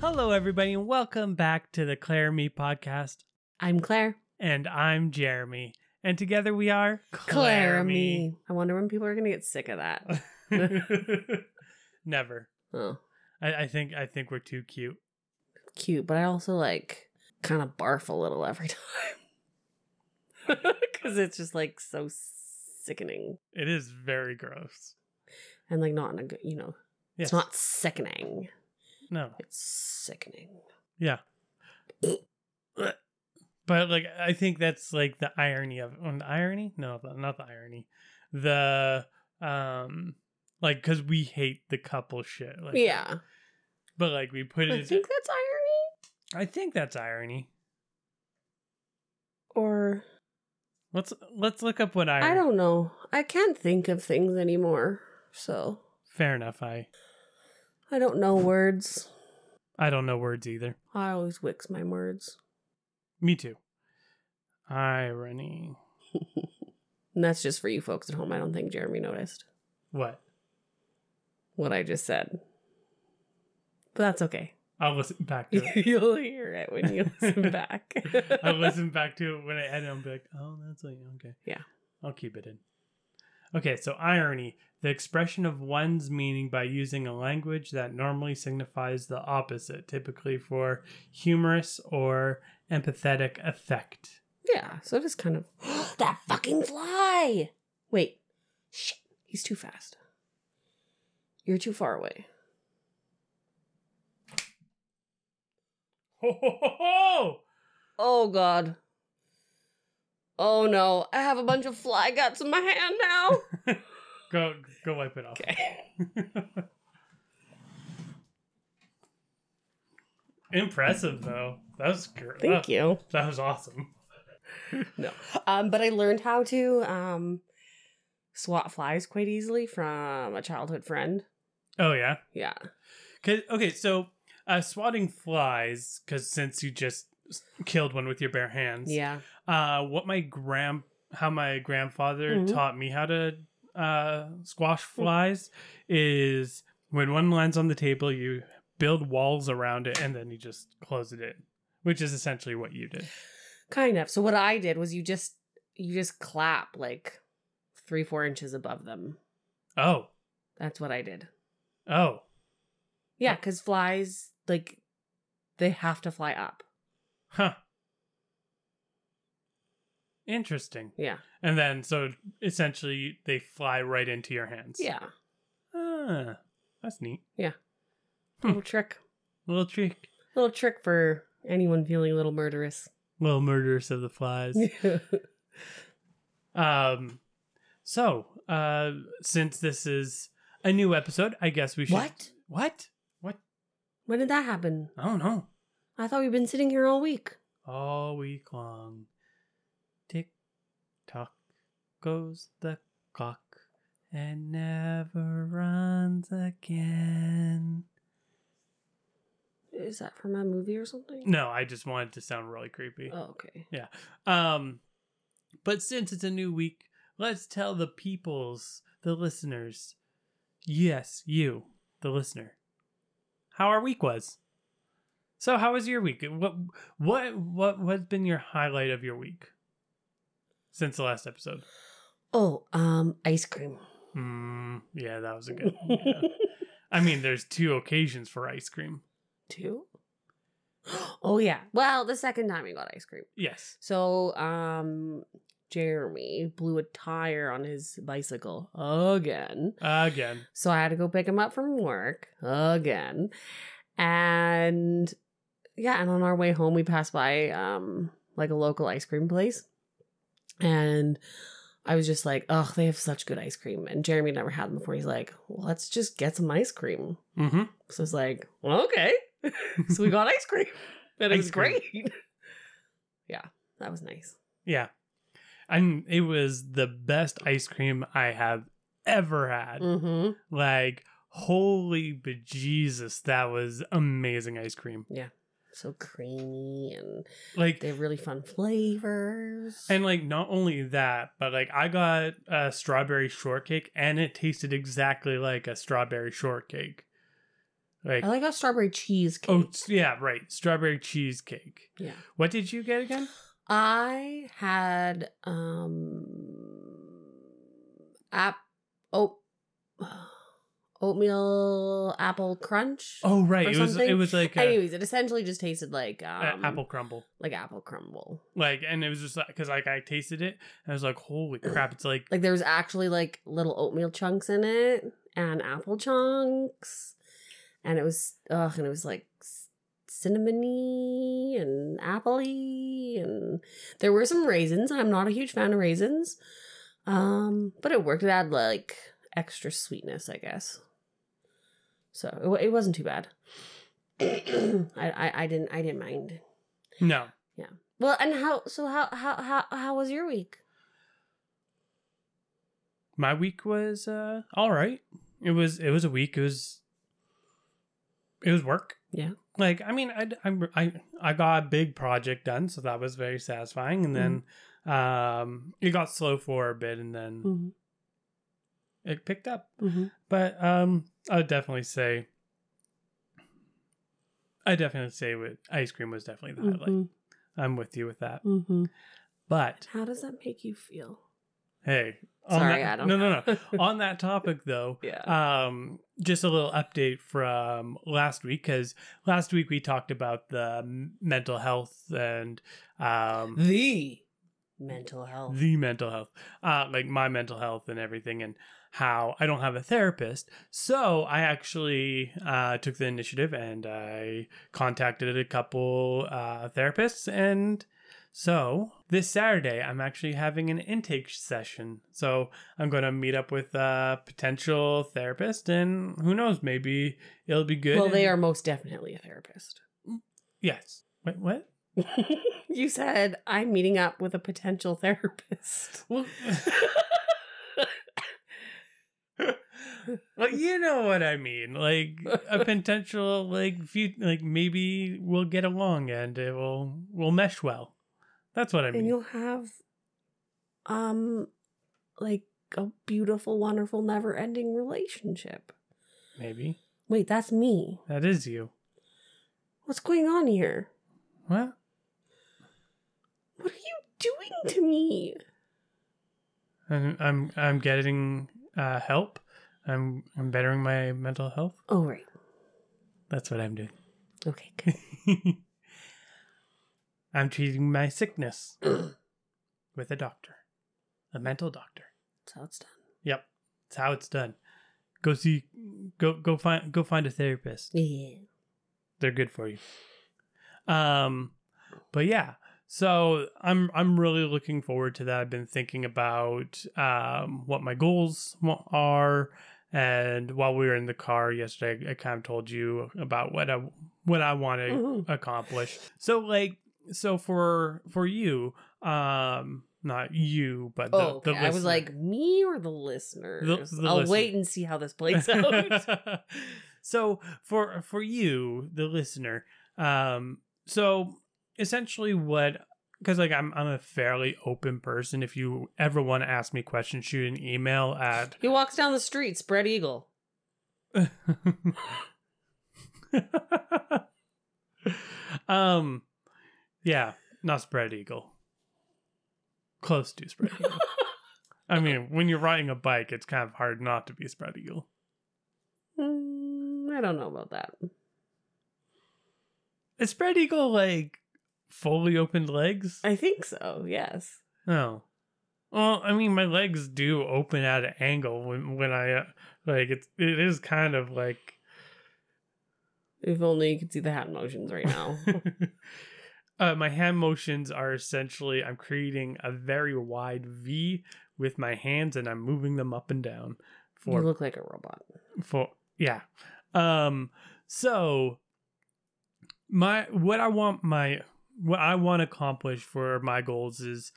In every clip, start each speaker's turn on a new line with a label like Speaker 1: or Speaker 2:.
Speaker 1: Hello, everybody, and welcome back to the Claire Me podcast.
Speaker 2: I'm Claire.
Speaker 1: And I'm Jeremy. And together we are
Speaker 2: Me. I wonder when people are going to get sick of that.
Speaker 1: Claremy. Never.
Speaker 2: Oh,
Speaker 1: I, I think I think we're too cute.
Speaker 2: cute. But I also like kind of barf a little every time because it's just like so sickening
Speaker 1: It is very gross.
Speaker 2: and like not in a good, you know,
Speaker 1: Yes.
Speaker 2: it's not sickening.
Speaker 1: no.
Speaker 2: It's sickening.
Speaker 1: Yeah. But like I think that's like the irony of on the irony? No, the- not the irony. The um like cuz we hate the couple shit. Like
Speaker 2: yeah.
Speaker 1: But like we put it
Speaker 2: I
Speaker 1: into-
Speaker 2: think that's irony
Speaker 1: I think that's irony.
Speaker 2: or
Speaker 1: Let's let's look up what irony
Speaker 2: I don't know. I can't think of things anymore. So
Speaker 1: Fair enough. I
Speaker 2: I don't know words.
Speaker 1: I don't know words either.
Speaker 2: I always wicks my words.
Speaker 1: Me too. Irony.
Speaker 2: And that's just for you folks at home. I don't think Jeremy noticed.
Speaker 1: What?
Speaker 2: what I just said. But that's okay.
Speaker 1: I'll listen back to it.
Speaker 2: You'll hear it when you listen back.
Speaker 1: I'll listen back to it when I edit. I'll be like, oh, that's like, okay.
Speaker 2: Yeah.
Speaker 1: I'll keep it in. Okay, so irony, the expression of one's meaning by using a language that normally signifies the opposite, typically for humorous or empathetic effect.
Speaker 2: Yeah, so just kind of that fucking fly. Wait, shit, he's too fast. You're too far away.
Speaker 1: Ho ho ho ho!
Speaker 2: Oh god. Oh no, I have a bunch of fly guts in my hand now.
Speaker 1: Go go wipe it off.
Speaker 2: okay.
Speaker 1: Impressive though. That was great.
Speaker 2: Thank you.
Speaker 1: That was awesome.
Speaker 2: No. Um, but I learned how to um swat flies quite easily from a childhood friend.
Speaker 1: Oh yeah.
Speaker 2: Yeah.
Speaker 1: 'Cause- okay, so uh, swatting flies because since you just s- killed one with your bare hands.
Speaker 2: Yeah.
Speaker 1: Uh, what my grand how my grandfather
Speaker 2: Mhm.
Speaker 1: taught me how to uh squash
Speaker 2: Mm.
Speaker 1: flies is when one lands on the table, you build walls around it and then you just close it in, which is essentially what you did.
Speaker 2: kind of so what i did was you just you just clap like three four inches above them
Speaker 1: Oh,
Speaker 2: that's what i did
Speaker 1: oh,
Speaker 2: yeah because flies like they have to fly up
Speaker 1: huh. Interesting.
Speaker 2: yeah
Speaker 1: And then, so essentially, they fly right into your hands.
Speaker 2: yeah
Speaker 1: Ah, that's neat.
Speaker 2: little trick
Speaker 1: Little trick.
Speaker 2: little trick for anyone feeling a little murderous
Speaker 1: Little murderers of the flies. um, so, uh, since this is a new episode, I guess we should.
Speaker 2: what
Speaker 1: What?
Speaker 2: when did that happen
Speaker 1: I don't know.
Speaker 2: i thought we've been sitting here all week
Speaker 1: All week long. Tick tock goes the clock and never runs again.
Speaker 2: is that from a movie or something
Speaker 1: No, I just wanted to sound really creepy.
Speaker 2: oh, okay
Speaker 1: Um, but since it's a new week, let's tell the peoples, the listeners, yes, you, the listener, how our week was. So, how was your week? What, what, what, what's been your highlight of your week since the last episode?
Speaker 2: oh um ice cream
Speaker 1: Mm, yeah, that was a good. one, yeah. I mean, there's two occasions for ice cream.
Speaker 2: two oh yeah well the second time we got ice cream
Speaker 1: Yes.
Speaker 2: So, um, Jeremy blew a tire on his bicycle again.
Speaker 1: Again.
Speaker 2: So I had to go pick him up from work again. And yeah, and on our way home, we passed by, um, like a local ice cream place. And I was just like, oh, they have such good ice cream. And Jeremy had never had them before. He's like, well, let's just get some ice cream.
Speaker 1: Mm-hmm.
Speaker 2: So it's like, well, okay. so we got ice cream. And it
Speaker 1: Ice
Speaker 2: was
Speaker 1: cream.
Speaker 2: great. yeah, that was nice.
Speaker 1: Yeah. And it was the best ice cream I have ever had.
Speaker 2: Mm-hmm.
Speaker 1: Like, holy bejesus, that was amazing ice cream.
Speaker 2: So creamy, and
Speaker 1: Like,
Speaker 2: they have really fun flavors.
Speaker 1: and like, not only that, but like, I got a strawberry shortcake and it tasted exactly like a strawberry shortcake. Like,
Speaker 2: I like how strawberry cheesecake.
Speaker 1: oh, s- yeah, right. Strawberry cheesecake.
Speaker 2: yeah.
Speaker 1: What did you get again?
Speaker 2: I had um app oat oatmeal apple crunch.
Speaker 1: Oh, right.
Speaker 2: Or
Speaker 1: It was, it
Speaker 2: something.
Speaker 1: was like a,
Speaker 2: Anyways, it essentially just tasted like
Speaker 1: a
Speaker 2: um,
Speaker 1: apple crumble.
Speaker 2: like apple crumble.
Speaker 1: Like, and it was just like, because like I tasted it and I was like, holy crap. It's like,
Speaker 2: Like there was actually like little oatmeal chunks in it and apple chunks, and it was ugh, and it was like c- cinnamony and appley, and there were some raisins. I'm not a huge fan of raisins, um, but it worked. It had like extra sweetness, I guess. So it, wa- it wasn't too bad. I, I I didn't I didn't mind.
Speaker 1: no.
Speaker 2: Well, and how so how how how how was your week?
Speaker 1: my week was uh all right it was it was a week it was it was work
Speaker 2: Yeah.
Speaker 1: like i mean i i i, I got a big project done so that was very satisfying and then um it got slow for a bit and then
Speaker 2: Mm-hmm.
Speaker 1: it picked up
Speaker 2: Mm-hmm.
Speaker 1: but um i would definitely say i definitely say with ice cream was definitely the highlight i'm with you with that
Speaker 2: Mm-hmm.
Speaker 1: but
Speaker 2: How does that make you feel?
Speaker 1: hey on
Speaker 2: Sorry,
Speaker 1: that-
Speaker 2: I don't.
Speaker 1: no no no
Speaker 2: know.
Speaker 1: on that topic though
Speaker 2: yeah.
Speaker 1: um just a little update from last week because last week we talked about the m- mental health and um
Speaker 2: the mental health.
Speaker 1: the mental health uh like my mental health and everything and how i don't have a therapist so i actually uh took the initiative and i contacted a couple uh therapists and so this saturday i'm actually having an intake session so I'm going to meet up with a potential therapist, and who knows, maybe it'll be good.
Speaker 2: well, they
Speaker 1: and-
Speaker 2: are most definitely a therapist.
Speaker 1: Yes. Wait, what?
Speaker 2: you said I'm meeting up with a potential therapist.
Speaker 1: Well, well, you know what I mean. Like a potential, like few, like maybe we'll get along and it will will mesh well. That's what I
Speaker 2: and
Speaker 1: mean.
Speaker 2: you'll have, um, like a beautiful, wonderful, never-ending relationship.
Speaker 1: Maybe
Speaker 2: Wait, that's me.
Speaker 1: that is you.
Speaker 2: What's going on here?
Speaker 1: What?
Speaker 2: What are you doing to me?
Speaker 1: I'm I'm, I'm getting uh, help. I'm I'm bettering my mental health.
Speaker 2: Oh right.
Speaker 1: That's what I'm doing.
Speaker 2: Okay. good.
Speaker 1: I'm treating my sickness with a doctor, a mental doctor.
Speaker 2: That's how it's done.
Speaker 1: Yep, that's how it's done. Go see, go go find go find a therapist.
Speaker 2: Yeah.
Speaker 1: They're good for you. Um, but yeah, so I'm I'm really looking forward to that. I've been thinking about um what my goals wa- are, and while we were in the car yesterday, I kind of told you about what I what I want to
Speaker 2: Mhm.
Speaker 1: accomplish. So like so for for you, um not you, but the,
Speaker 2: oh, okay.
Speaker 1: the
Speaker 2: I was
Speaker 1: listener.
Speaker 2: like, me or the listeners?
Speaker 1: the
Speaker 2: I'll
Speaker 1: listener.
Speaker 2: wait and see how this plays out.
Speaker 1: so for for you, the listener, um so essentially what because like I'm I'm a fairly open person. If you ever want to ask me questions, shoot an email at
Speaker 2: he walks down the street, spread eagle.
Speaker 1: um yeah not spread eagle close to spread eagle i mean when you're riding a bike it's kind of hard not to be a spread eagle
Speaker 2: Mm, I don't know about that.
Speaker 1: is spread eagle like fully opened legs
Speaker 2: I think so. Yes.
Speaker 1: no well i mean my legs do open at an angle when when i uh, like it's it is kind of like
Speaker 2: If only you could see the hand motions right now.
Speaker 1: uh, my hand motions are essentially I'm creating a very wide V with my hands and I'm moving them up and down
Speaker 2: you
Speaker 1: for
Speaker 2: look like a robot.
Speaker 1: for yeah. Um so my what I want my what I want to accomplish for my goals is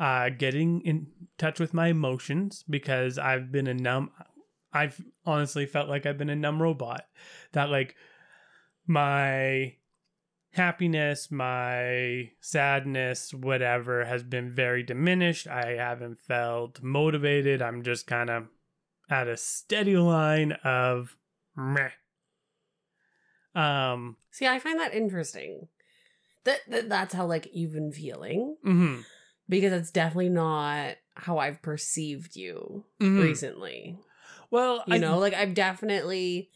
Speaker 1: uh getting in touch with my emotions because I've been a numb I've honestly felt like I've been a numb robot that like my happiness, my sadness, whatever has been very diminished. I haven't felt motivated. I'm just kind of at a steady line of meh. Um,
Speaker 2: See, I find that interesting. That, that that's how like you've been feeling
Speaker 1: mhm,
Speaker 2: because it's definitely not how I've perceived you
Speaker 1: mhm.
Speaker 2: recently.
Speaker 1: Well,
Speaker 2: You
Speaker 1: I,
Speaker 2: know, like I've definitely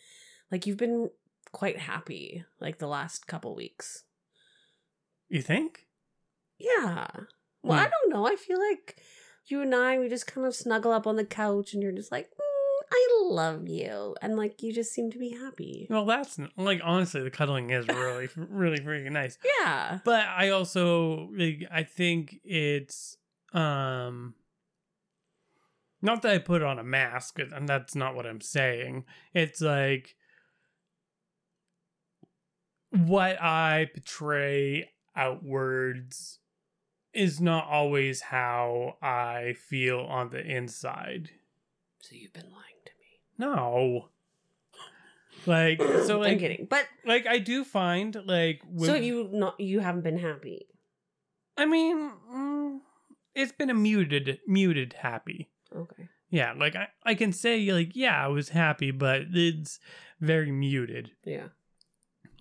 Speaker 2: like you've been quite happy like the last couple weeks.
Speaker 1: you think?
Speaker 2: Yeah. Well, I
Speaker 1: Hmm.
Speaker 2: don't know. I feel like you and I we just kind of snuggle up on the couch and you're just like, "Mm, "I love you." And like you just seem to be happy.
Speaker 1: Well, that's n- like honestly, the cuddling is really, really freaking nice.
Speaker 2: Yeah.
Speaker 1: But I also, like, I think it's, um, not that I put on a mask, and that's not what I'm saying. It's like what I portray outwards is not always how I feel on the inside.
Speaker 2: So you've been lying to me.
Speaker 1: No. Like so
Speaker 2: I'm
Speaker 1: like
Speaker 2: kidding. But
Speaker 1: like I do find like
Speaker 2: so
Speaker 1: when-
Speaker 2: you not you haven't been happy.
Speaker 1: I mean mm, it's been a muted muted happy.
Speaker 2: Okay.
Speaker 1: Yeah, like I, I can say like yeah, I was happy, but it's very muted.
Speaker 2: Yeah.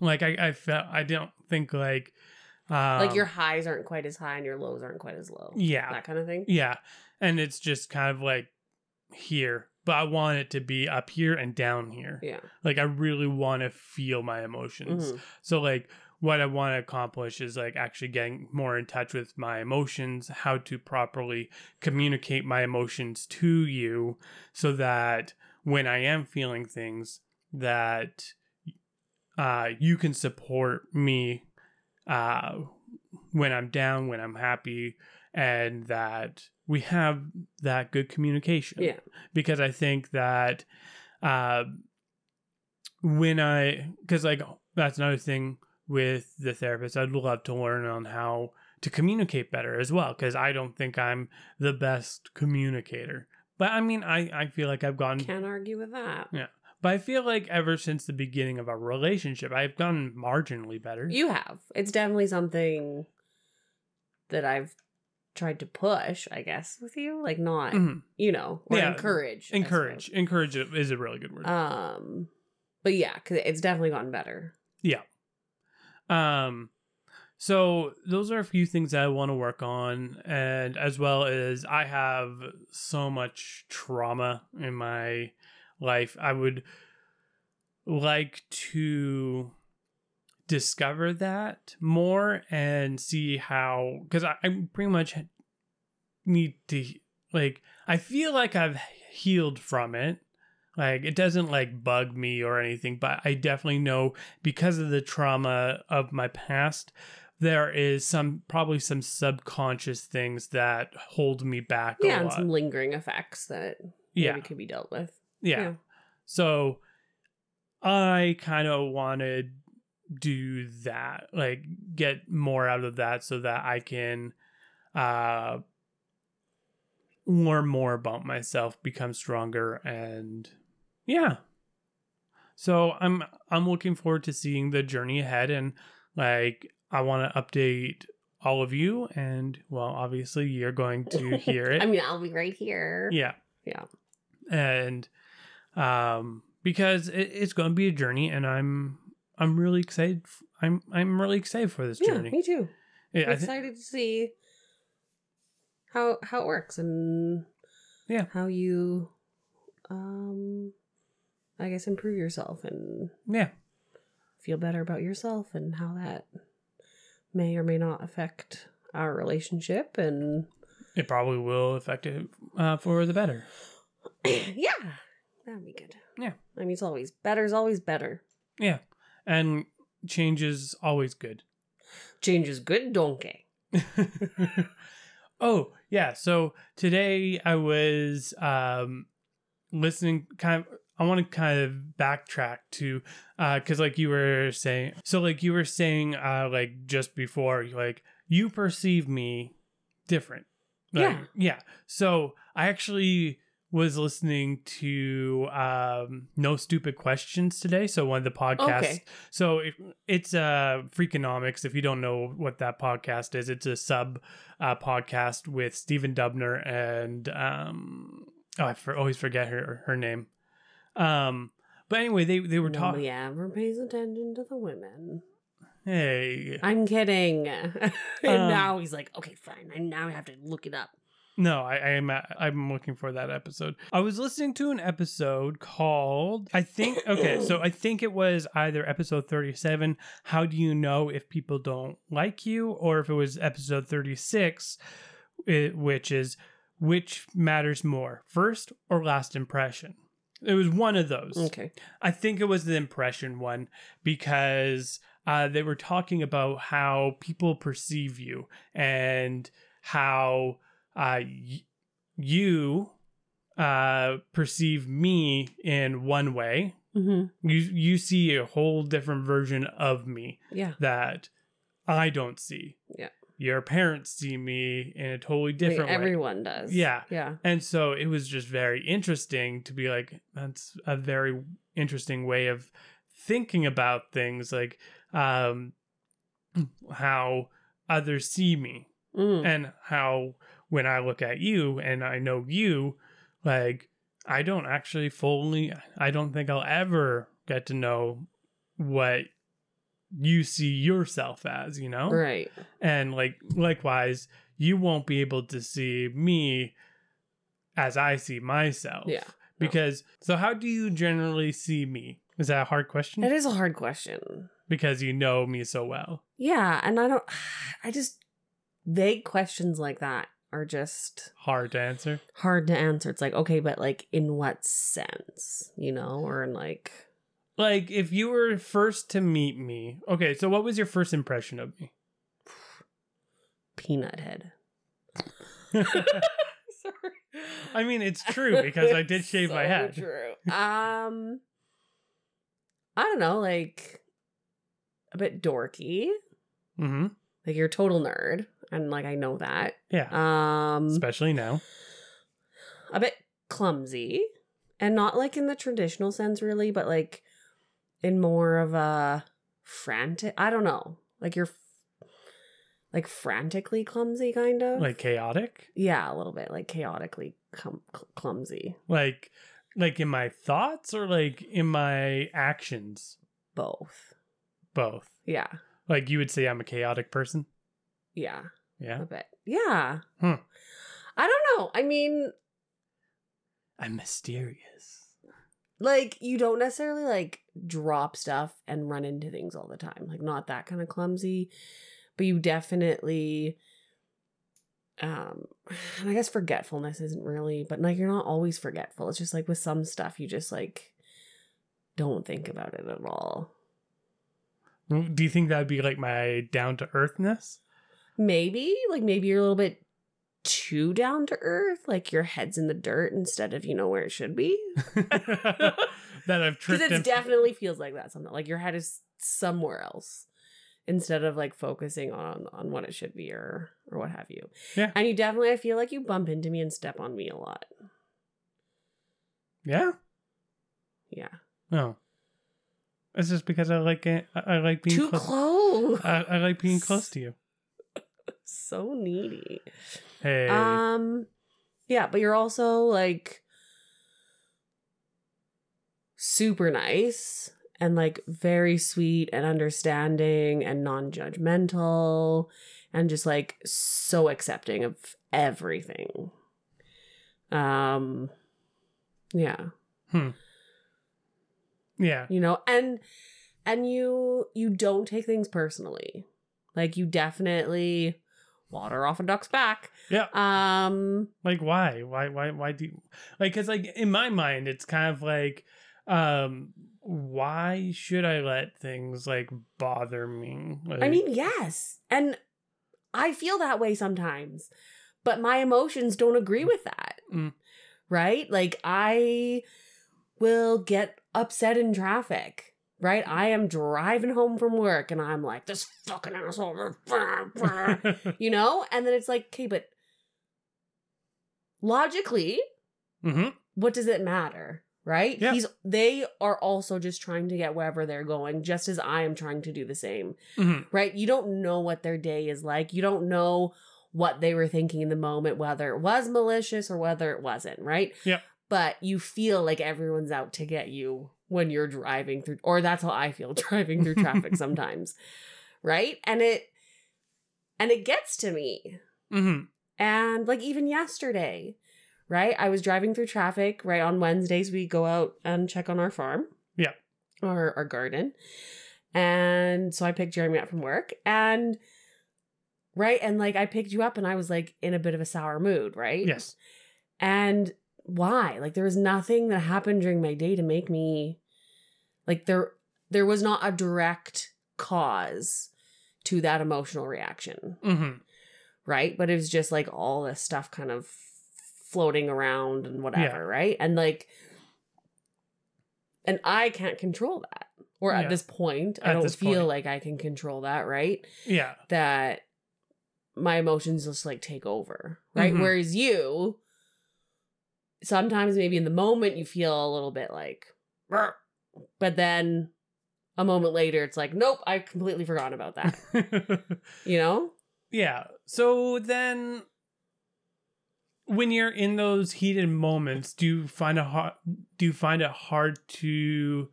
Speaker 1: Like I, I felt I don't think like um,
Speaker 2: like your highs aren't quite as high and your lows aren't quite as low.
Speaker 1: Yeah.
Speaker 2: That kind of thing.
Speaker 1: Yeah. And it's just kind of like here. But I want it to be up here and down here.
Speaker 2: Yeah.
Speaker 1: Like I really want to feel my emotions.
Speaker 2: Mhm.
Speaker 1: So like what I want to accomplish is like actually getting more in touch with my emotions, how to properly communicate my emotions to you so that when I am feeling things that uh you can support me uh when I'm down, when I'm happy and that we have that good communication.
Speaker 2: Yeah.
Speaker 1: Because I think that uh when I, because like that's another thing with the therapist, I'd love to learn on how to communicate better as well, because I don't think I'm the best communicator. But I mean, I, I feel like I've gotten,
Speaker 2: Can't argue with that.
Speaker 1: but I feel like ever since the beginning of our relationship, I've gotten marginally better.
Speaker 2: You have. It's definitely something that I've tried to push, I guess, with you. Like not,
Speaker 1: Mhm.
Speaker 2: you know, or
Speaker 1: Yeah.
Speaker 2: encourage. I
Speaker 1: Encourage,
Speaker 2: suppose.
Speaker 1: encourage is a really good word.
Speaker 2: Um but yeah, 'cause it's definitely gotten better. Uh.
Speaker 1: Um, so those are a few things that I want to work on, and as well as I have so much trauma in my life, I would like to discover that more and see how because I, I pretty much need to like I feel like I've healed from it. Like it doesn't like bug me or anything, but I definitely know because of the trauma of my past, there is some probably some subconscious things that hold me back
Speaker 2: Yeah,
Speaker 1: a
Speaker 2: and
Speaker 1: lot.
Speaker 2: some lingering effects that
Speaker 1: yeah.
Speaker 2: maybe could be dealt with.
Speaker 1: Yeah.
Speaker 2: Yeah.
Speaker 1: So I kind of want to do that, like get more out of that so that I can uh learn more about myself, become stronger and yeah. So I'm I'm looking forward to seeing the journey ahead and like I want to update all of you and well obviously you're going to hear it.
Speaker 2: I mean, I'll be right here.
Speaker 1: Yeah.
Speaker 2: Yeah.
Speaker 1: And um because it, it's going to be a journey and I'm I'm really excited f- I'm I'm really excited for this
Speaker 2: Yeah,
Speaker 1: journey.
Speaker 2: me too.
Speaker 1: Yeah,
Speaker 2: I'm
Speaker 1: I thi-
Speaker 2: excited to see how how it works and
Speaker 1: Yeah.
Speaker 2: how you um I guess improve yourself and
Speaker 1: yeah.
Speaker 2: feel better about yourself and how that may or may not affect our relationship and
Speaker 1: It probably will affect it uh, for the better.
Speaker 2: yeah, that'd be good.
Speaker 1: Yeah.
Speaker 2: I mean it's always better's always better.
Speaker 1: And change is always good.
Speaker 2: Change is good, donkey.
Speaker 1: oh, yeah. So today I was um listening kind of I want to kind of backtrack to uh cuz like you were saying so like you were saying uh like just before like you perceive me different. Like,
Speaker 2: Yeah.
Speaker 1: Yeah. So I actually was listening to um No Stupid Questions today, so one of the podcasts.
Speaker 2: Okay.
Speaker 1: So it, it's uh Freakonomics. If you don't know what that podcast is, it's a sub uh, podcast with Stephen Dubner and um oh I for, always forget her her name. Um, But anyway, they they were talking.
Speaker 2: Nobody ever pays attention to the women.
Speaker 1: Hey,
Speaker 2: I'm kidding. and
Speaker 1: Um,
Speaker 2: now he's like, okay, fine. I now I have to look it up.
Speaker 1: no, I, I am I'm looking for that episode. I was listening to an episode called I think okay, so I think it was either episode 37, how do you know if people don't like you, or if it was episode 36, it, which is which matters more, first or last impression. It was one of those.
Speaker 2: Okay.
Speaker 1: I think it was the impression one because uh, they were talking about how people perceive you and how uh, y- you uh, perceive me in one way.
Speaker 2: hmm
Speaker 1: You you see a whole different version of me
Speaker 2: Yeah.
Speaker 1: that I don't see.
Speaker 2: Yeah.
Speaker 1: Your parents see me in a totally
Speaker 2: I mean,
Speaker 1: different way.
Speaker 2: everyone does.
Speaker 1: Yeah.
Speaker 2: Yeah.
Speaker 1: And so it was just very interesting to be like, that's a very interesting way of thinking about things, like um, how others see me
Speaker 2: Mm.
Speaker 1: and how when I look at you and I know you, like, I don't actually fully, I don't think I'll ever get to know what you see yourself as, you know?
Speaker 2: Right.
Speaker 1: and like likewise you won't be able to see me as i see myself
Speaker 2: Yeah.
Speaker 1: because so how do you generally see me is that a hard question
Speaker 2: It is a hard question.
Speaker 1: because you know me so well
Speaker 2: Yeah, and I don't. I just vague questions like that are just
Speaker 1: hard to answer
Speaker 2: hard to answer. It's like okay, but like in what sense, you know, or in like
Speaker 1: like if you were first to meet me okay so what was your first impression of me
Speaker 2: peanut head. Sorry.
Speaker 1: i mean it's true because i did shave my
Speaker 2: So
Speaker 1: head
Speaker 2: True. Um, I don't know, like a bit dorky.
Speaker 1: hmm
Speaker 2: Like you're a total nerd, and like I know that.
Speaker 1: yeah
Speaker 2: Um,
Speaker 1: especially now
Speaker 2: a bit clumsy and not like in the traditional sense really but like in more of a frantic i don't know like you're f- like frantically clumsy kind of
Speaker 1: like chaotic
Speaker 2: yeah a little bit like chaotically clum- cl- clumsy
Speaker 1: like like in my thoughts or like in my actions
Speaker 2: both
Speaker 1: both
Speaker 2: yeah
Speaker 1: like you would say i'm a chaotic person
Speaker 2: yeah
Speaker 1: yeah
Speaker 2: a bit yeah
Speaker 1: Hmm.
Speaker 2: i don't know i mean
Speaker 1: i'm mysterious
Speaker 2: like you don't necessarily like drop stuff and run into things all the time like not that kind of clumsy but you definitely um and i guess forgetfulness isn't really but like you're not always forgetful it's just like with some stuff you just like don't think about it at all
Speaker 1: do you think that would be like my down to earthness
Speaker 2: maybe like maybe you're a little bit too down to earth like your head's in the dirt instead of you know where it should be
Speaker 1: that i've
Speaker 2: because
Speaker 1: tripped
Speaker 2: it
Speaker 1: and-
Speaker 2: definitely feels like that something like your head is somewhere else instead of like focusing on on what it should be or or what have you
Speaker 1: Yeah.
Speaker 2: and you definitely i feel like you bump into me and step on me a lot
Speaker 1: yeah
Speaker 2: yeah
Speaker 1: no it's just because i like it i I like being
Speaker 2: too
Speaker 1: close, Uh,
Speaker 2: close
Speaker 1: I, I like being close to you
Speaker 2: so needy
Speaker 1: hey
Speaker 2: um yeah but you're also like super nice and like very sweet and understanding and non-judgmental and just like so accepting of everything um yeah
Speaker 1: yeah
Speaker 2: you know and and you you don't take things personally like you definitely water off a duck's back
Speaker 1: Yeah.
Speaker 2: um
Speaker 1: like why why why why do you like because like in my mind it's kind of like um why should i let things like bother me
Speaker 2: I
Speaker 1: Like,
Speaker 2: mean, yes. And I feel that way sometimes, but my emotions don't agree with that.
Speaker 1: Mm.
Speaker 2: Right? Like, I will get upset in traffic. Right? I am driving home from work and I'm like, this fucking asshole. you know? And then it's like, okay, but logically,
Speaker 1: hmm
Speaker 2: what does it matter? Right?
Speaker 1: Yeah.
Speaker 2: He's they are also just trying to get wherever they're going, just as I am trying to do the same
Speaker 1: hmm
Speaker 2: right? You don't know what their day is like. You don't know what they were thinking in the moment, whether it was malicious or whether it wasn't, right?
Speaker 1: Yep.
Speaker 2: But you feel like everyone's out to get you when you're driving through or that's how I feel driving through traffic sometimes. Right? And it and it gets to me.
Speaker 1: Mm-hmm.
Speaker 2: And like even yesterday, right? I was driving through traffic, right? On Wednesdays, we go out and check on our farm.
Speaker 1: Yeah.
Speaker 2: Or our garden. And so I picked Jeremy up from work and right. And like I picked you up and I was like in a bit of a sour mood, right?
Speaker 1: Yes.
Speaker 2: And why? Like there was nothing that happened during my day to make me like there there was not a direct cause to that emotional reaction
Speaker 1: Mm-hmm.
Speaker 2: right? But it was just like all this stuff kind of floating around and whatever,
Speaker 1: Yeah.
Speaker 2: right? And like, and I can't control that. Or
Speaker 1: Yeah.
Speaker 2: at this point, I
Speaker 1: At
Speaker 2: don't
Speaker 1: this
Speaker 2: feel
Speaker 1: point.
Speaker 2: like I can control that, right?
Speaker 1: Yeah.
Speaker 2: That my emotions just like take over, right?
Speaker 1: Mhm.
Speaker 2: Whereas you, sometimes maybe in the moment, you feel a little bit like, "Rrr," but then a moment later, it's like, nope, I completely forgotten about that, you know?
Speaker 1: yeah. So then, when you're in those heated moments, do you find a hard, do you find it hard to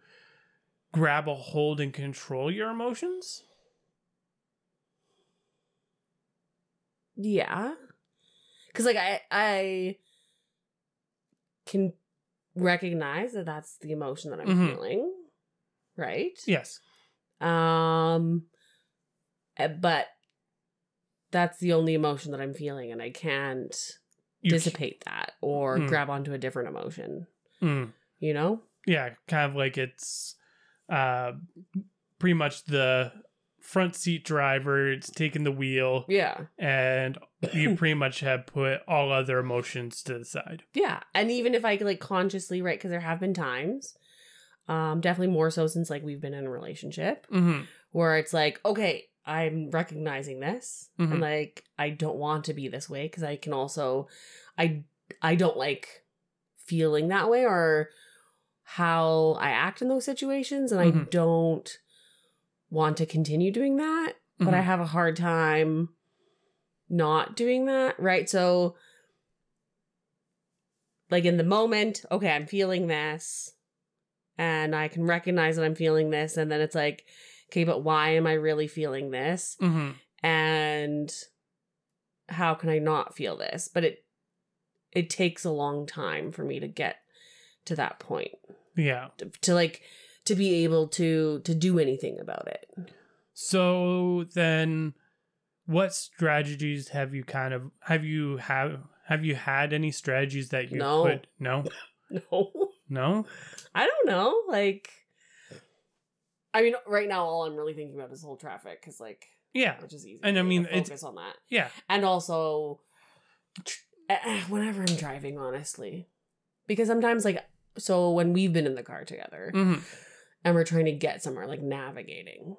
Speaker 1: grab a hold and control your emotions?
Speaker 2: Yeah. Cuz like I I can recognize that that's the emotion that I'm
Speaker 1: Mhm.
Speaker 2: feeling, right?
Speaker 1: Yes.
Speaker 2: Um uh, but that's the only emotion that I'm feeling and I can't
Speaker 1: You
Speaker 2: dissipate that or
Speaker 1: Mm.
Speaker 2: grab onto a different emotion,
Speaker 1: Mm.
Speaker 2: you know?
Speaker 1: yeah kind of like it's uh pretty much the front seat driver it's taking the wheel
Speaker 2: Yeah.
Speaker 1: and you pretty much have put all other emotions to the side
Speaker 2: Yeah. And even if I like consciously, right, cuz there have been times um definitely more so since like we've been in a relationship
Speaker 1: mm-hmm.
Speaker 2: where it's like, okay, I'm recognizing this,
Speaker 1: Mhm.
Speaker 2: and like I don't want to be this way because I can also, I I don't like feeling that way or how I act in those situations, and I
Speaker 1: Mhm.
Speaker 2: don't want to continue doing that, but I have a hard time not doing that, right? So. Like in the moment, okay, I'm feeling this and I can recognize that I'm feeling this. And then it's like, okay, but why am I really feeling this?
Speaker 1: hmm
Speaker 2: And how can I not feel this? But it it takes a long time for me to get to that point
Speaker 1: yeah
Speaker 2: to, to like to be able to to do anything about it.
Speaker 1: so then what strategies have you kind of have you have have you had any strategies that you
Speaker 2: No.
Speaker 1: put no
Speaker 2: No.
Speaker 1: no
Speaker 2: I don't know. Like I mean right now all I'm really thinking about is whole traffic cuz like
Speaker 1: yeah
Speaker 2: which is easy.
Speaker 1: And I
Speaker 2: for me
Speaker 1: mean,
Speaker 2: to
Speaker 1: it's-
Speaker 2: focus on that.
Speaker 1: yeah
Speaker 2: and also tr- eh, eh, whenever I'm driving, honestly, because sometimes like so when we've been in the car together
Speaker 1: hmm
Speaker 2: and we're trying to get somewhere, like navigating,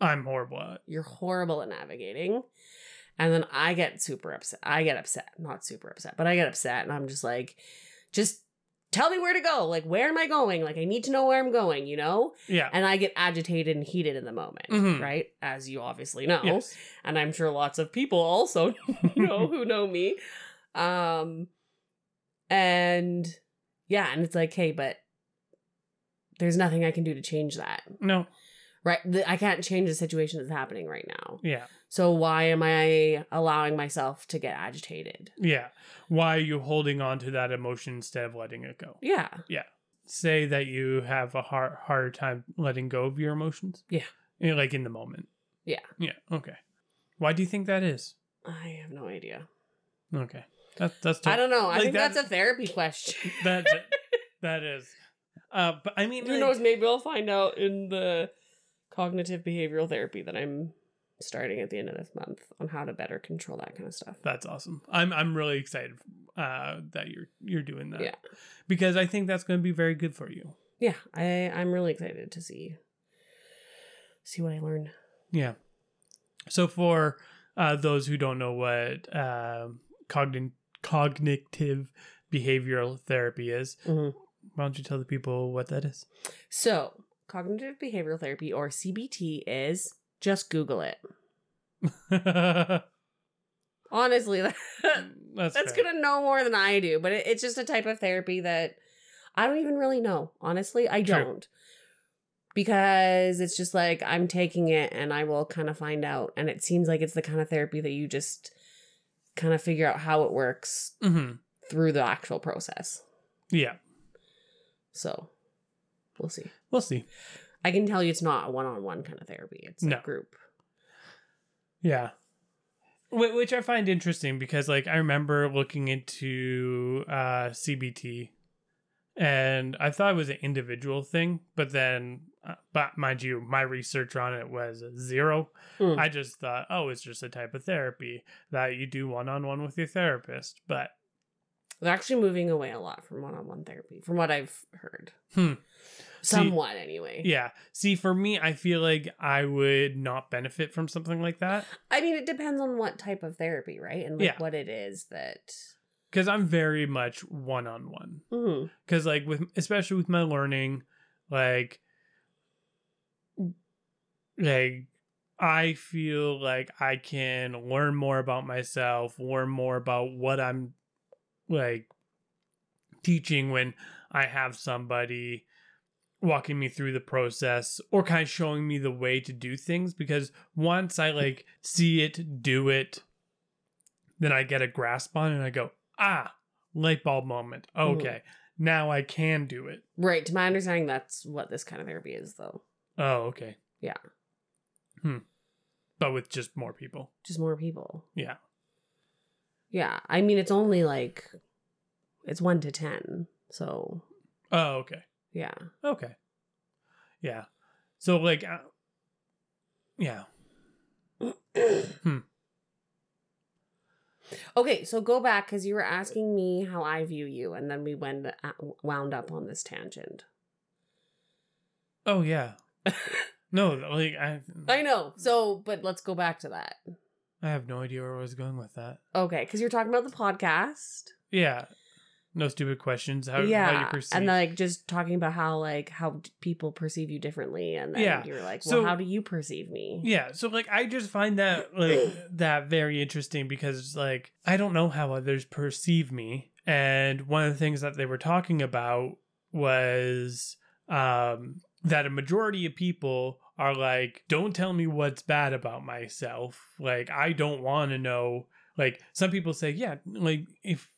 Speaker 1: i'm horrible at it.
Speaker 2: you're horrible at navigating, and then I get super upset. I get upset, not super upset, but I get upset, and I'm just like, just tell me where to go. Like, where am I going? Like, I need to know where I'm going. You know,
Speaker 1: yeah
Speaker 2: and I get agitated and heated in the moment,
Speaker 1: Mhm.
Speaker 2: right? As you obviously know
Speaker 1: yes
Speaker 2: and I'm sure lots of people also know who know me. Um and yeah, and it's like, hey, but there's nothing I can do to change that.
Speaker 1: no
Speaker 2: Right? Th- I can't change the situation that's happening right now.
Speaker 1: yeah
Speaker 2: So why am I allowing myself to get agitated?
Speaker 1: Yeah. Why are you holding on to that emotion instead of letting it go?
Speaker 2: Yeah.
Speaker 1: Say that you have a hard harder time letting go of your emotions.
Speaker 2: Yeah.
Speaker 1: You know, like in the moment.
Speaker 2: Yeah.
Speaker 1: Yeah. Okay. Why do you think that is?
Speaker 2: I have no idea.
Speaker 1: Okay. That, that's
Speaker 2: I don't know. I
Speaker 1: like
Speaker 2: think
Speaker 1: that-
Speaker 2: that's a therapy question.
Speaker 1: that that is. Uh, but I mean,
Speaker 2: Who
Speaker 1: like-
Speaker 2: knows? Maybe I'll find out in the cognitive behavioral therapy that I'm starting at the end of this month on how to better control that kind of stuff.
Speaker 1: That's awesome. I'm I'm really excited uh, that you're you're doing that.
Speaker 2: Yeah.
Speaker 1: Because I think that's going to be very good for you.
Speaker 2: Yeah, I I'm really excited to see see what I learn.
Speaker 1: Yeah. So for uh, those who don't know what uh, cogn- cognitive behavioral therapy is, why don't you tell the people what that is?
Speaker 2: So, cognitive behavioral therapy or CBT is just Google it.
Speaker 1: that's
Speaker 2: Honestly, that, that's
Speaker 1: fair.
Speaker 2: gonna know more than I do, but it, it's just a type of therapy that I don't even really know. Honestly, I
Speaker 1: True.
Speaker 2: don't. Because it's just like I'm taking it and I will kind of find out. And it seems like it's the kind of therapy that you just kind of figure out how it works
Speaker 1: hmm
Speaker 2: through the actual process.
Speaker 1: Yeah.
Speaker 2: So we'll see.
Speaker 1: We'll see.
Speaker 2: I can tell you it's not a one on one kind of therapy, it's
Speaker 1: No.
Speaker 2: a group.
Speaker 1: Yeah. Wh- Which I find interesting because, like, I remember looking into uh, CBT, and I thought it was an individual thing, but then, uh, but mind you, my research on it was zero.
Speaker 2: Hmm.
Speaker 1: I just thought, oh, it's just a type of therapy that you do one on one with your therapist. But
Speaker 2: They're actually moving away a lot from one on one therapy, from what I've heard.
Speaker 1: Hmm. See-
Speaker 2: Somewhat, anyway.
Speaker 1: yeah, see, for me, I feel like I would not benefit from something like that.
Speaker 2: I mean, it depends on what type of therapy, right? And like
Speaker 1: Yeah.
Speaker 2: what it is that.
Speaker 1: because I'm very much one on one. Because like with especially with my learning, like like I feel like I can learn more about myself, learn more about what I'm like teaching when I have somebody walking me through the process or kind of showing me the way to do things because once I like see it, do it, then I get a grasp on it and I go, ah, light bulb moment.
Speaker 2: Mhm.
Speaker 1: Okay, now I can do it.
Speaker 2: Right. To my understanding, that's what this kind of therapy is, though.
Speaker 1: Oh, okay.
Speaker 2: Yeah.
Speaker 1: Hmm. But with just more people.
Speaker 2: Just more people.
Speaker 1: Yeah.
Speaker 2: Yeah. I mean, it's only like. It's one to 10. So,
Speaker 1: Oh, okay.
Speaker 2: yeah.
Speaker 1: Okay. Yeah. So like, uh, yeah. Hmm.
Speaker 2: Okay, so go back because you were asking me how I view you, and then we went uh, wound up on this tangent.
Speaker 1: Oh, yeah. no, like I,
Speaker 2: I know. So, but let's go back to that.
Speaker 1: I have no idea where I was going with that.
Speaker 2: Okay, because you're talking about the podcast.
Speaker 1: Yeah. No stupid questions. How, how you perceive?
Speaker 2: and like just talking about how like how d- people perceive you differently, and then
Speaker 1: Yeah.
Speaker 2: you're like, well,
Speaker 1: So-
Speaker 2: how do you perceive me?
Speaker 1: yeah. So like, I just find that like that very interesting because like I don't know how others perceive me, and one of the things that they were talking about was um, that a majority of people are like, don't tell me what's bad about myself. Like, I don't want to know. Like, some people say, yeah, like, if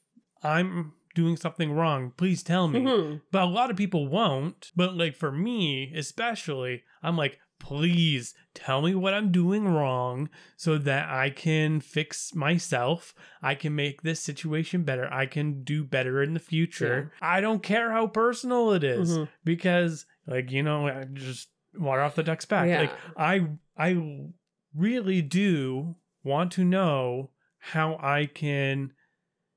Speaker 1: I'm doing something wrong, please tell me.
Speaker 2: Mhm.
Speaker 1: But a lot of people won't. But like for me, especially, I'm like, please tell me what I'm doing wrong so that I can fix myself. I can make this situation better. I can do better in the future. I don't care how personal it is
Speaker 2: Mhm.
Speaker 1: because like, you know, I just water off the duck's back.
Speaker 2: Yeah.
Speaker 1: Like I I really do want to know how I can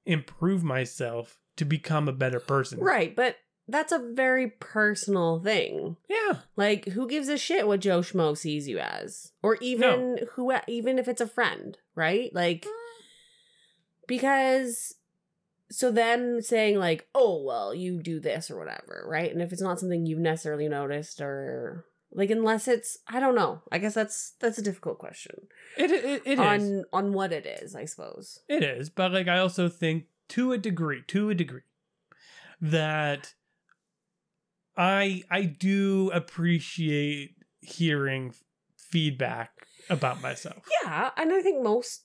Speaker 1: improve myself to become a better person.
Speaker 2: Right, but that's a very personal thing.
Speaker 1: Yeah.
Speaker 2: Like, who gives a shit what Joe Schmo sees you as, or even who, even if it's a friend, right? Like, because so then saying like, oh well, you do this or whatever, right? And if it's not something you've necessarily noticed or like, unless it's, I don't know. I guess that's that's a difficult question
Speaker 1: It it, it is.
Speaker 2: on on what it is, I suppose.
Speaker 1: It is, but like I also think to a degree, to a degree, that I I do appreciate hearing f- feedback about myself.
Speaker 2: Yeah, and I think most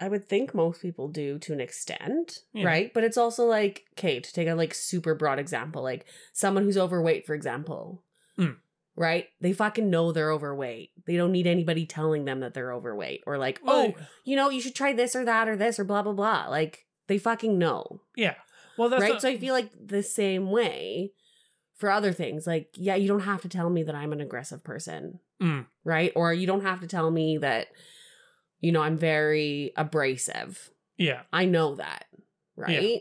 Speaker 2: I would think most people do to an extent,
Speaker 1: Yeah.
Speaker 2: right? But it's also like, okay, to take a like super broad example, like someone who's overweight, for example.
Speaker 1: Mm.
Speaker 2: Right? They fucking know they're overweight. They don't need anybody telling them that they're overweight or like, oh,
Speaker 1: Well,
Speaker 2: you know, you should try this or that or this or blah blah blah. Like they fucking know
Speaker 1: yeah. Well, that's
Speaker 2: right?
Speaker 1: not-
Speaker 2: so I feel like the same way for other things. Like, yeah, you don't have to tell me that I'm an aggressive person,
Speaker 1: Mm.
Speaker 2: right? Or you don't have to tell me that, you know, I'm very abrasive.
Speaker 1: yeah,
Speaker 2: I know that, right?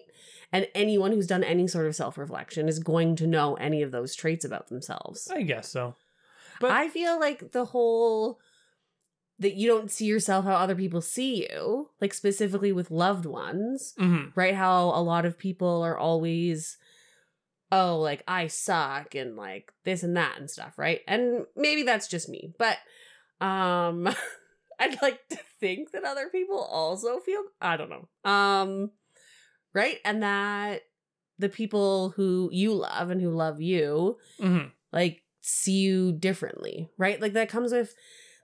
Speaker 2: And anyone who's done any sort of self reflection is going to know any of those traits about themselves.
Speaker 1: I guess so. But-
Speaker 2: I feel like the whole that you don't see yourself how other people see you, like specifically with loved ones,
Speaker 1: hmm
Speaker 2: right? How a lot of people are always, oh, like I suck and like this and that and stuff, right? And maybe that's just me, but um, I'd like to think that other people also feel, I don't know, um, right? And that the people who you love and who love you
Speaker 1: hmm
Speaker 2: like see you differently, right? Like that comes with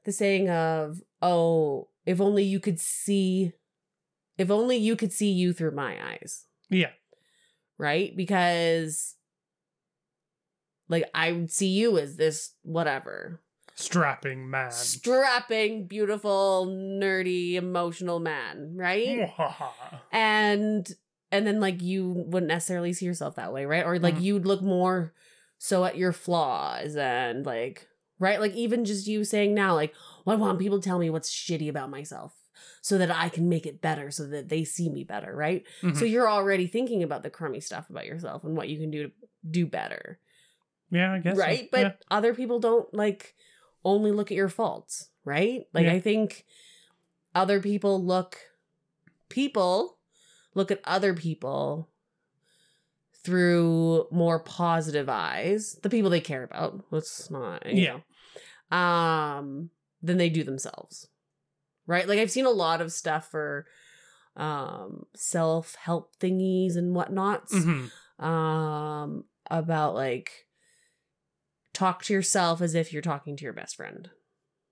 Speaker 2: the saying of, "Oh, if only you could see if only you could see you through my eyes."
Speaker 1: Yeah.
Speaker 2: Right? Because like I would see you as this whatever.
Speaker 1: Strapping man.
Speaker 2: Strapping, beautiful, nerdy, emotional man, right?
Speaker 1: Mwahaha.
Speaker 2: and and then like you wouldn't necessarily see yourself that way right or like
Speaker 1: Mhm.
Speaker 2: you'd look more so at your flaws and like right like even just you saying now like well, i want people to tell me what's shitty about myself so that i can make it better so that they see me better right so
Speaker 1: Mhm.
Speaker 2: you're already thinking about the crummy stuff about yourself and what you can do to do better
Speaker 1: yeah, I guess. so.
Speaker 2: right but other people don't like only look at your faults right like
Speaker 1: Yeah.
Speaker 2: i think other people look people look at other people through more positive eyes the people they care about let's not you
Speaker 1: Yeah.
Speaker 2: know, um than they do themselves right like i've seen a lot of stuff for um self-help thingies and whatnots
Speaker 1: yeah. Mhm.
Speaker 2: um about like talk to yourself as if you're talking to your best friend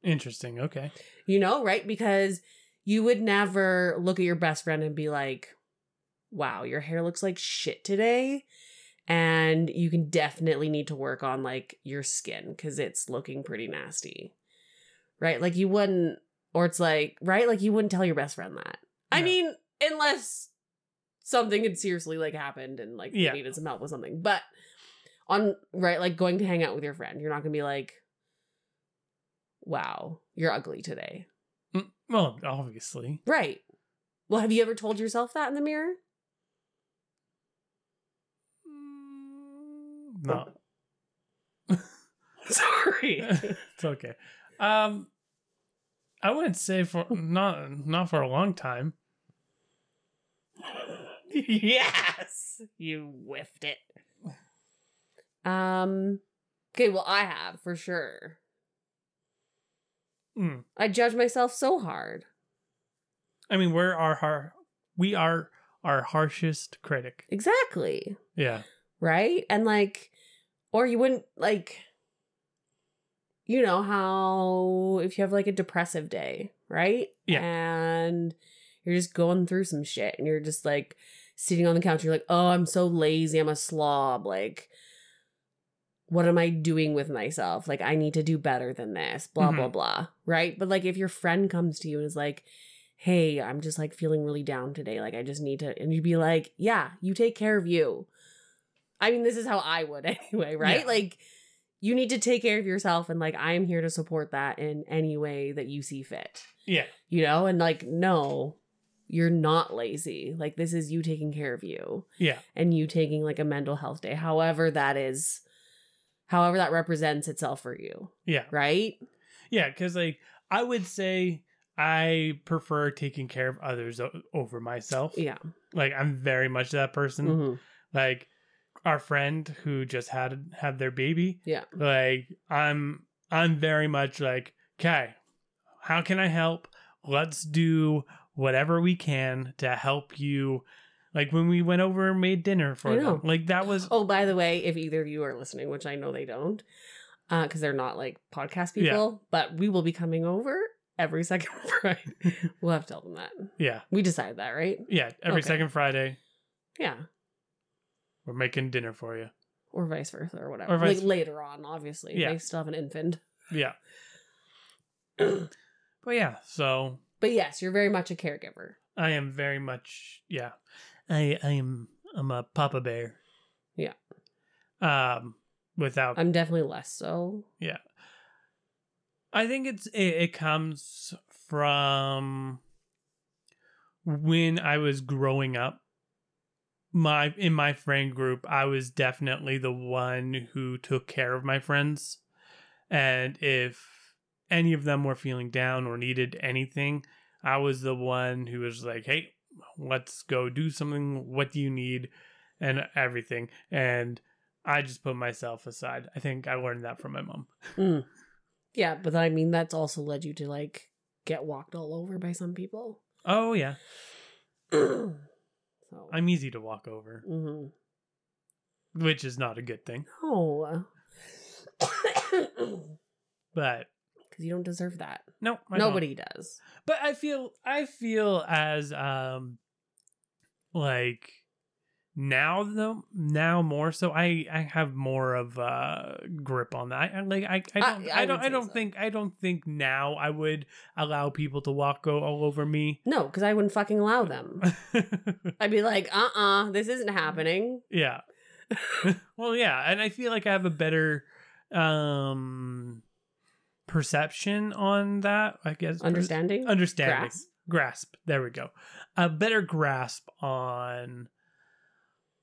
Speaker 1: Interesting. Okay.
Speaker 2: you know right because you would never look at your best friend and be like wow your hair looks like shit today and you can definitely need to work on like your skin because it's looking pretty nasty right like you wouldn't or it's like right like you wouldn't tell your best friend that i
Speaker 1: No.
Speaker 2: mean unless something had seriously like happened and like
Speaker 1: Yeah.
Speaker 2: you needed some help with something but on right like going to hang out with your friend you're not gonna be like wow you're ugly today
Speaker 1: Mm, Well, obviously.
Speaker 2: right well have you ever told yourself that in the mirror
Speaker 1: Mm, No,
Speaker 2: sorry
Speaker 1: it's okay. Um, I wouldn't say for not not for a long time.
Speaker 2: yes, you whiffed it. Um. Okay, well, I have for sure.
Speaker 1: Mm.
Speaker 2: I judge myself so hard.
Speaker 1: I mean, we're our har- we are our harshest critic.
Speaker 2: Exactly.
Speaker 1: Yeah.
Speaker 2: Right? And like, or you wouldn't like, you know, how if you have like a depressive day, right?
Speaker 1: Yeah.
Speaker 2: And you're just going through some shit and you're just like sitting on the couch, you're like, oh, I'm so lazy. I'm a slob. Like, what am I doing with myself? Like, I need to do better than this, blah, blah, blah. Right. But like, if your friend comes to you and is like, hey, I'm just like feeling really down today. Like, I just need to, and you'd be like, yeah, you take care of you. I mean, this is how I would anyway, right?
Speaker 1: Yeah.
Speaker 2: Like, you need to take care of yourself. And like, I'm here to support that in any way that you see fit,
Speaker 1: Yeah.
Speaker 2: you know? And like, no, you're not lazy. Like, this is you taking care of you
Speaker 1: Yeah.
Speaker 2: and you taking like a mental health day, however that is, however that represents itself for you,
Speaker 1: Yeah.
Speaker 2: right?
Speaker 1: Yeah, because like I would say I prefer taking care of others o- over myself.
Speaker 2: Yeah.
Speaker 1: Like I'm very much that person.
Speaker 2: Mhm.
Speaker 1: Like our friend who just had had their baby.
Speaker 2: Yeah.
Speaker 1: Like I'm I'm very much like okay, how can I help? Let's do whatever we can to help you. Like when we went over and made dinner for
Speaker 2: I
Speaker 1: them.
Speaker 2: know.
Speaker 1: Like that was
Speaker 2: Oh, by the way, if either of you are listening, which I know they don't, because they're not like podcast
Speaker 1: Yeah.
Speaker 2: people, but we will be coming over every second Friday. we'll have to tell them that.
Speaker 1: yeah
Speaker 2: We decided that, right?
Speaker 1: yeah every
Speaker 2: Okay.
Speaker 1: second Friday
Speaker 2: Yeah.
Speaker 1: we're making dinner for you.
Speaker 2: Or vice versa or whatever.
Speaker 1: Or vice-
Speaker 2: like later on, obviously.
Speaker 1: Yeah.
Speaker 2: They still have an infant.
Speaker 1: Yeah.
Speaker 2: but
Speaker 1: But yeah, so
Speaker 2: yes, you're very much a caregiver.
Speaker 1: I am very much yeah. I I am I'm a papa bear.
Speaker 2: Yeah.
Speaker 1: Um without
Speaker 2: I'm definitely less so.
Speaker 1: I think it's it, it comes from when I was growing up my in my friend group I was definitely the one who took care of my friends and if any of them were feeling down or needed anything I was the one who was like hey let's go do something what do you need and everything and I just put myself aside I think I learned that from my mom
Speaker 2: Yeah, but I mean, that's also led you to like get walked all over by some people.
Speaker 1: oh yeah
Speaker 2: so,
Speaker 1: I'm easy to walk over.
Speaker 2: hmm
Speaker 1: which is not a good thing.
Speaker 2: No. Because
Speaker 1: But
Speaker 2: you don't deserve that.
Speaker 1: no, I don't.
Speaker 2: Nobody does.
Speaker 1: But I feel I feel as um like now though now more so I I have more of a grip on that. I, I like I I don't
Speaker 2: I
Speaker 1: I, don't
Speaker 2: would
Speaker 1: I
Speaker 2: say
Speaker 1: don't
Speaker 2: so.
Speaker 1: think I don't think now I would allow people to walk go all over me.
Speaker 2: No, because I wouldn't fucking allow them. I'd be like, uh uh this isn't happening.
Speaker 1: yeah. well, yeah, and I feel like I have a better um perception on that. I guess perce-
Speaker 2: Understanding?
Speaker 1: understanding
Speaker 2: Grasp?
Speaker 1: grasp there we go a better grasp on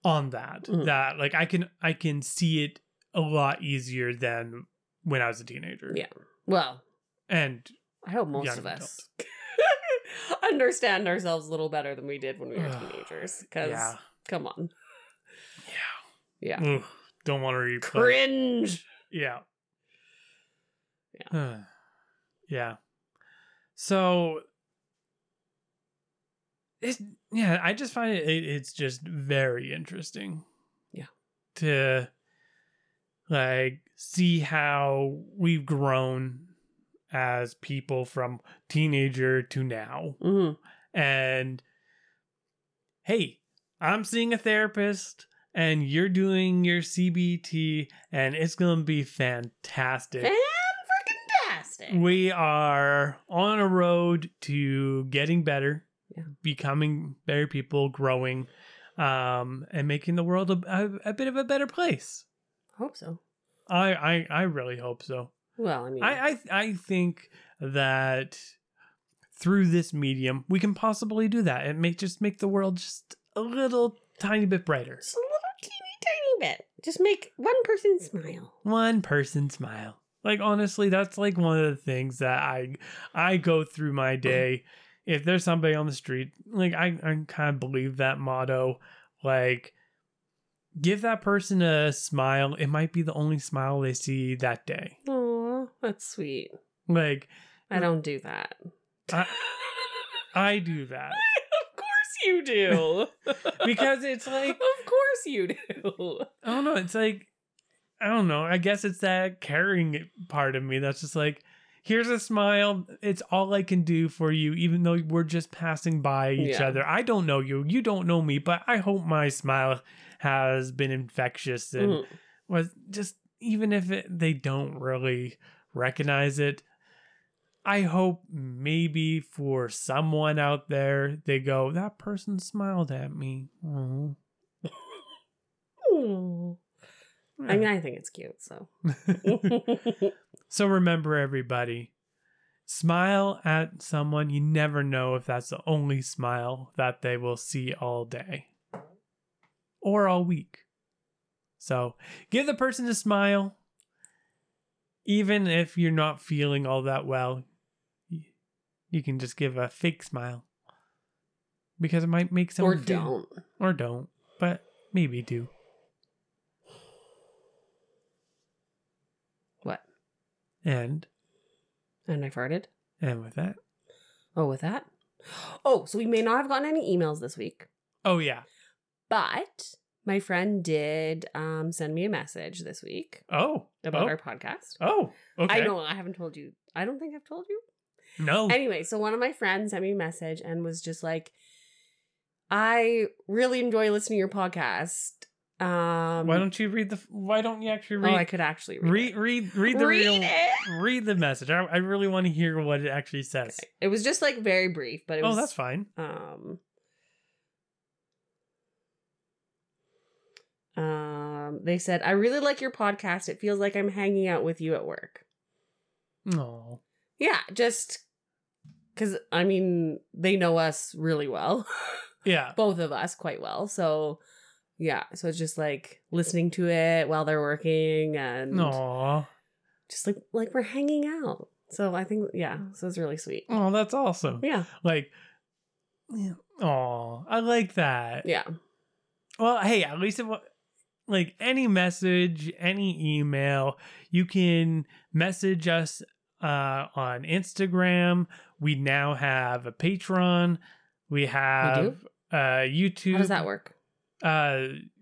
Speaker 1: on that
Speaker 2: Mhm.
Speaker 1: that like i can i can see it a lot easier than when i was a teenager
Speaker 2: Yeah. Well,
Speaker 1: and
Speaker 2: I hope most
Speaker 1: Young
Speaker 2: of us understand ourselves a little better than we did when we were teenagers. Because,
Speaker 1: yeah
Speaker 2: come on.
Speaker 1: yeah,
Speaker 2: Yeah.
Speaker 1: Ugh, don't want to replay
Speaker 2: Cringe.
Speaker 1: yeah yeah yeah so it's yeah i just find it, it it's just very interesting
Speaker 2: Yeah.
Speaker 1: to like see how we've grown as people from teenager to now
Speaker 2: Mm-hmm.
Speaker 1: and hey, I'm seeing a therapist and you're doing your CBT and it's going to be fantastic.
Speaker 2: Fan freaking tastic.
Speaker 1: We are on a road to getting better,
Speaker 2: Yeah.
Speaker 1: becoming better people, growing, um, and making the world a, a, a bit of a better place.
Speaker 2: hope so.
Speaker 1: I, I, I really hope so.
Speaker 2: Well, I mean,
Speaker 1: I, I I think that through this medium we can possibly do that and make just make the world just a little tiny bit brighter.
Speaker 2: just a little teeny tiny bit. Just make one person smile.
Speaker 1: One person smile. Like honestly, that's like one of the things that I I go through my day. If there's somebody on the street, like I, I kind of believe that motto. Like give that person a smile. It might be the only smile they see that day.
Speaker 2: Aw, that's sweet.
Speaker 1: Like
Speaker 2: I don't do that.
Speaker 1: I I do that.
Speaker 2: of course you do.
Speaker 1: Because it's like
Speaker 2: of course you do.
Speaker 1: I don't know. It's like I don't know. I guess it's that caring part of me that's just like, here's a smile. It's all I can do for you, even though we're just passing by each
Speaker 2: Yeah.
Speaker 1: other. I don't know you. You don't know me, but I hope my smile has been infectious and
Speaker 2: Mhm.
Speaker 1: was just even if it, they don't really recognize it. I hope maybe for someone out there they go, that person smiled at me. Mm-hmm. Aw.
Speaker 2: Aw. mm. I mean, I think it's cute. So
Speaker 1: So remember, everybody, smile at someone. You never know if that's the only smile that they will see all day or all week. So give the person a smile. Even if you're not feeling all that well, y- you can just give a fake smile because it might make
Speaker 2: or
Speaker 1: someone feel-
Speaker 2: don't.
Speaker 1: or don't, but maybe do.
Speaker 2: What?
Speaker 1: And
Speaker 2: And I farted.
Speaker 1: and with that,
Speaker 2: Oh, with that. Oh, so we may not have gotten any emails this week.
Speaker 1: oh yeah,
Speaker 2: But my friend did um, send me a message this week
Speaker 1: oh
Speaker 2: about
Speaker 1: oh.
Speaker 2: our podcast.
Speaker 1: Oh, okay. Oh.
Speaker 2: I know I haven't told you. I don't think I've told you.
Speaker 1: No.
Speaker 2: Anyway, so one of my friends sent me a message and was just like, "I really enjoy listening to your podcast." Um,
Speaker 1: why don't you read the? Why don't you actually
Speaker 2: oh, I
Speaker 1: read?
Speaker 2: could actually
Speaker 1: read,
Speaker 2: read it.
Speaker 1: read, read the
Speaker 2: Read
Speaker 1: real.
Speaker 2: it.
Speaker 1: Read the message. I, I really want to hear what it actually says.
Speaker 2: It was just like very brief, but it was
Speaker 1: Oh, that's fine.
Speaker 2: um um they said i really like your podcast it feels like i'm hanging out with you at work
Speaker 1: No.
Speaker 2: yeah just because i mean they know us really well
Speaker 1: Yeah.
Speaker 2: both of us quite well so yeah so it's just like listening to it while they're working and
Speaker 1: No.
Speaker 2: just like like we're hanging out so i think yeah so it's really sweet
Speaker 1: Oh, that's awesome.
Speaker 2: yeah
Speaker 1: Like. Oh, I like that.
Speaker 2: yeah
Speaker 1: Well, hey, at least it wa- like any message, any email, you can message us uh, on Instagram. We now have a Patreon. We have uh, YouTube.
Speaker 2: how does that work
Speaker 1: Uh,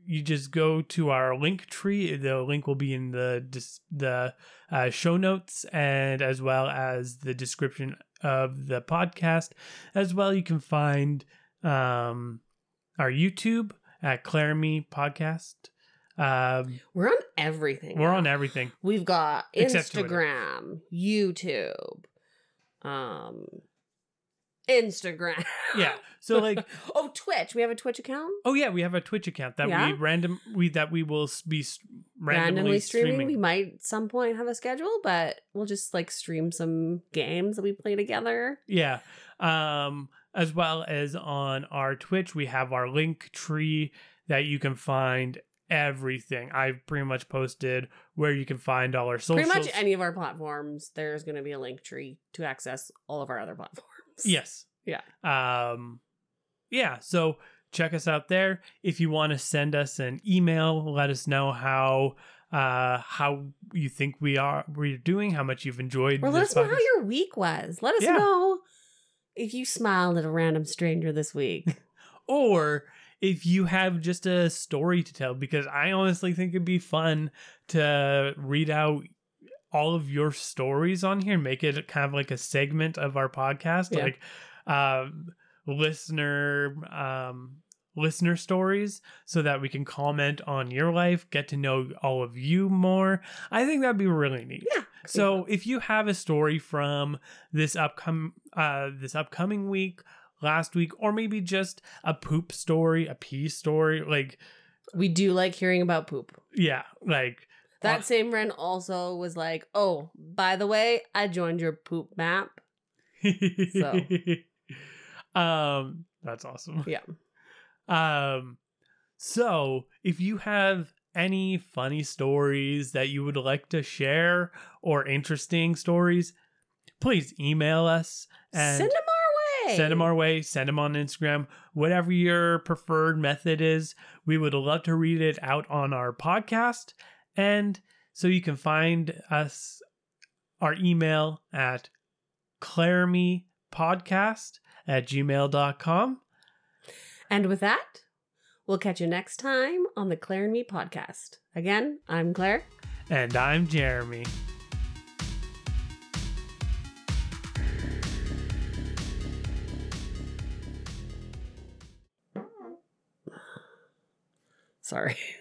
Speaker 1: you just go to our link tree. The link will be in the dis- the uh, show notes and as well as the description of the podcast. As well, you can find um, our YouTube at Claremy Podcast. Um,
Speaker 2: We're on everything.
Speaker 1: we're
Speaker 2: now.
Speaker 1: on everything.
Speaker 2: We've got
Speaker 1: Except Twitter.
Speaker 2: Instagram, YouTube, um, Instagram.
Speaker 1: Yeah. So like
Speaker 2: oh, Twitch. We have a Twitch account.
Speaker 1: Oh yeah, we have a Twitch account that we
Speaker 2: Yeah?
Speaker 1: random we that we will s- be s- randomly, streaming.
Speaker 2: We might at some point have a schedule, but we'll just like stream some games that we play together.
Speaker 1: Yeah. Um as well as on our Twitch, we have our link tree that you can find everything. I've pretty much posted where you can find all our socials.
Speaker 2: Pretty much any of our platforms, there's going to be a link tree to access all of our other platforms.
Speaker 1: Yes.
Speaker 2: Yeah.
Speaker 1: Um yeah, so check us out there. If you want to send us an email, let us know how uh how you think we are we're doing, how much you've enjoyed
Speaker 2: Or let
Speaker 1: this
Speaker 2: us know how
Speaker 1: podcast.
Speaker 2: your week was. Let us
Speaker 1: Yeah.
Speaker 2: know if you smiled at a random stranger this week.
Speaker 1: or if you have just a story to tell because i honestly think it'd be fun to read out all of your stories on here make it kind of like a segment of our podcast
Speaker 2: Yeah.
Speaker 1: like um listener um listener stories so that we can comment on your life get to know all of you more i think that'd be really neat
Speaker 2: yeah.
Speaker 1: so if you have a story from this upcom uh this upcoming week, last week, or maybe just a poop story, a pee story, like
Speaker 2: we do like hearing about poop.
Speaker 1: yeah, like
Speaker 2: That
Speaker 1: Uh,
Speaker 2: same friend also was like, "Oh, by the way, I joined your poop map."
Speaker 1: um that's awesome.
Speaker 2: Yeah.
Speaker 1: Um so if you have any funny stories that you would like to share or interesting stories, please email us and
Speaker 2: Send them our way.
Speaker 1: Send them our way. Send them on Instagram. Whatever your preferred method is, we would love to read it out on our podcast. And so you can find us our email at claremepodcast at gmail.com.
Speaker 2: And with that, we'll catch you next time on the Claire and Me podcast. Again, I'm Claire.
Speaker 1: And I'm Jeremy.
Speaker 2: Sorry.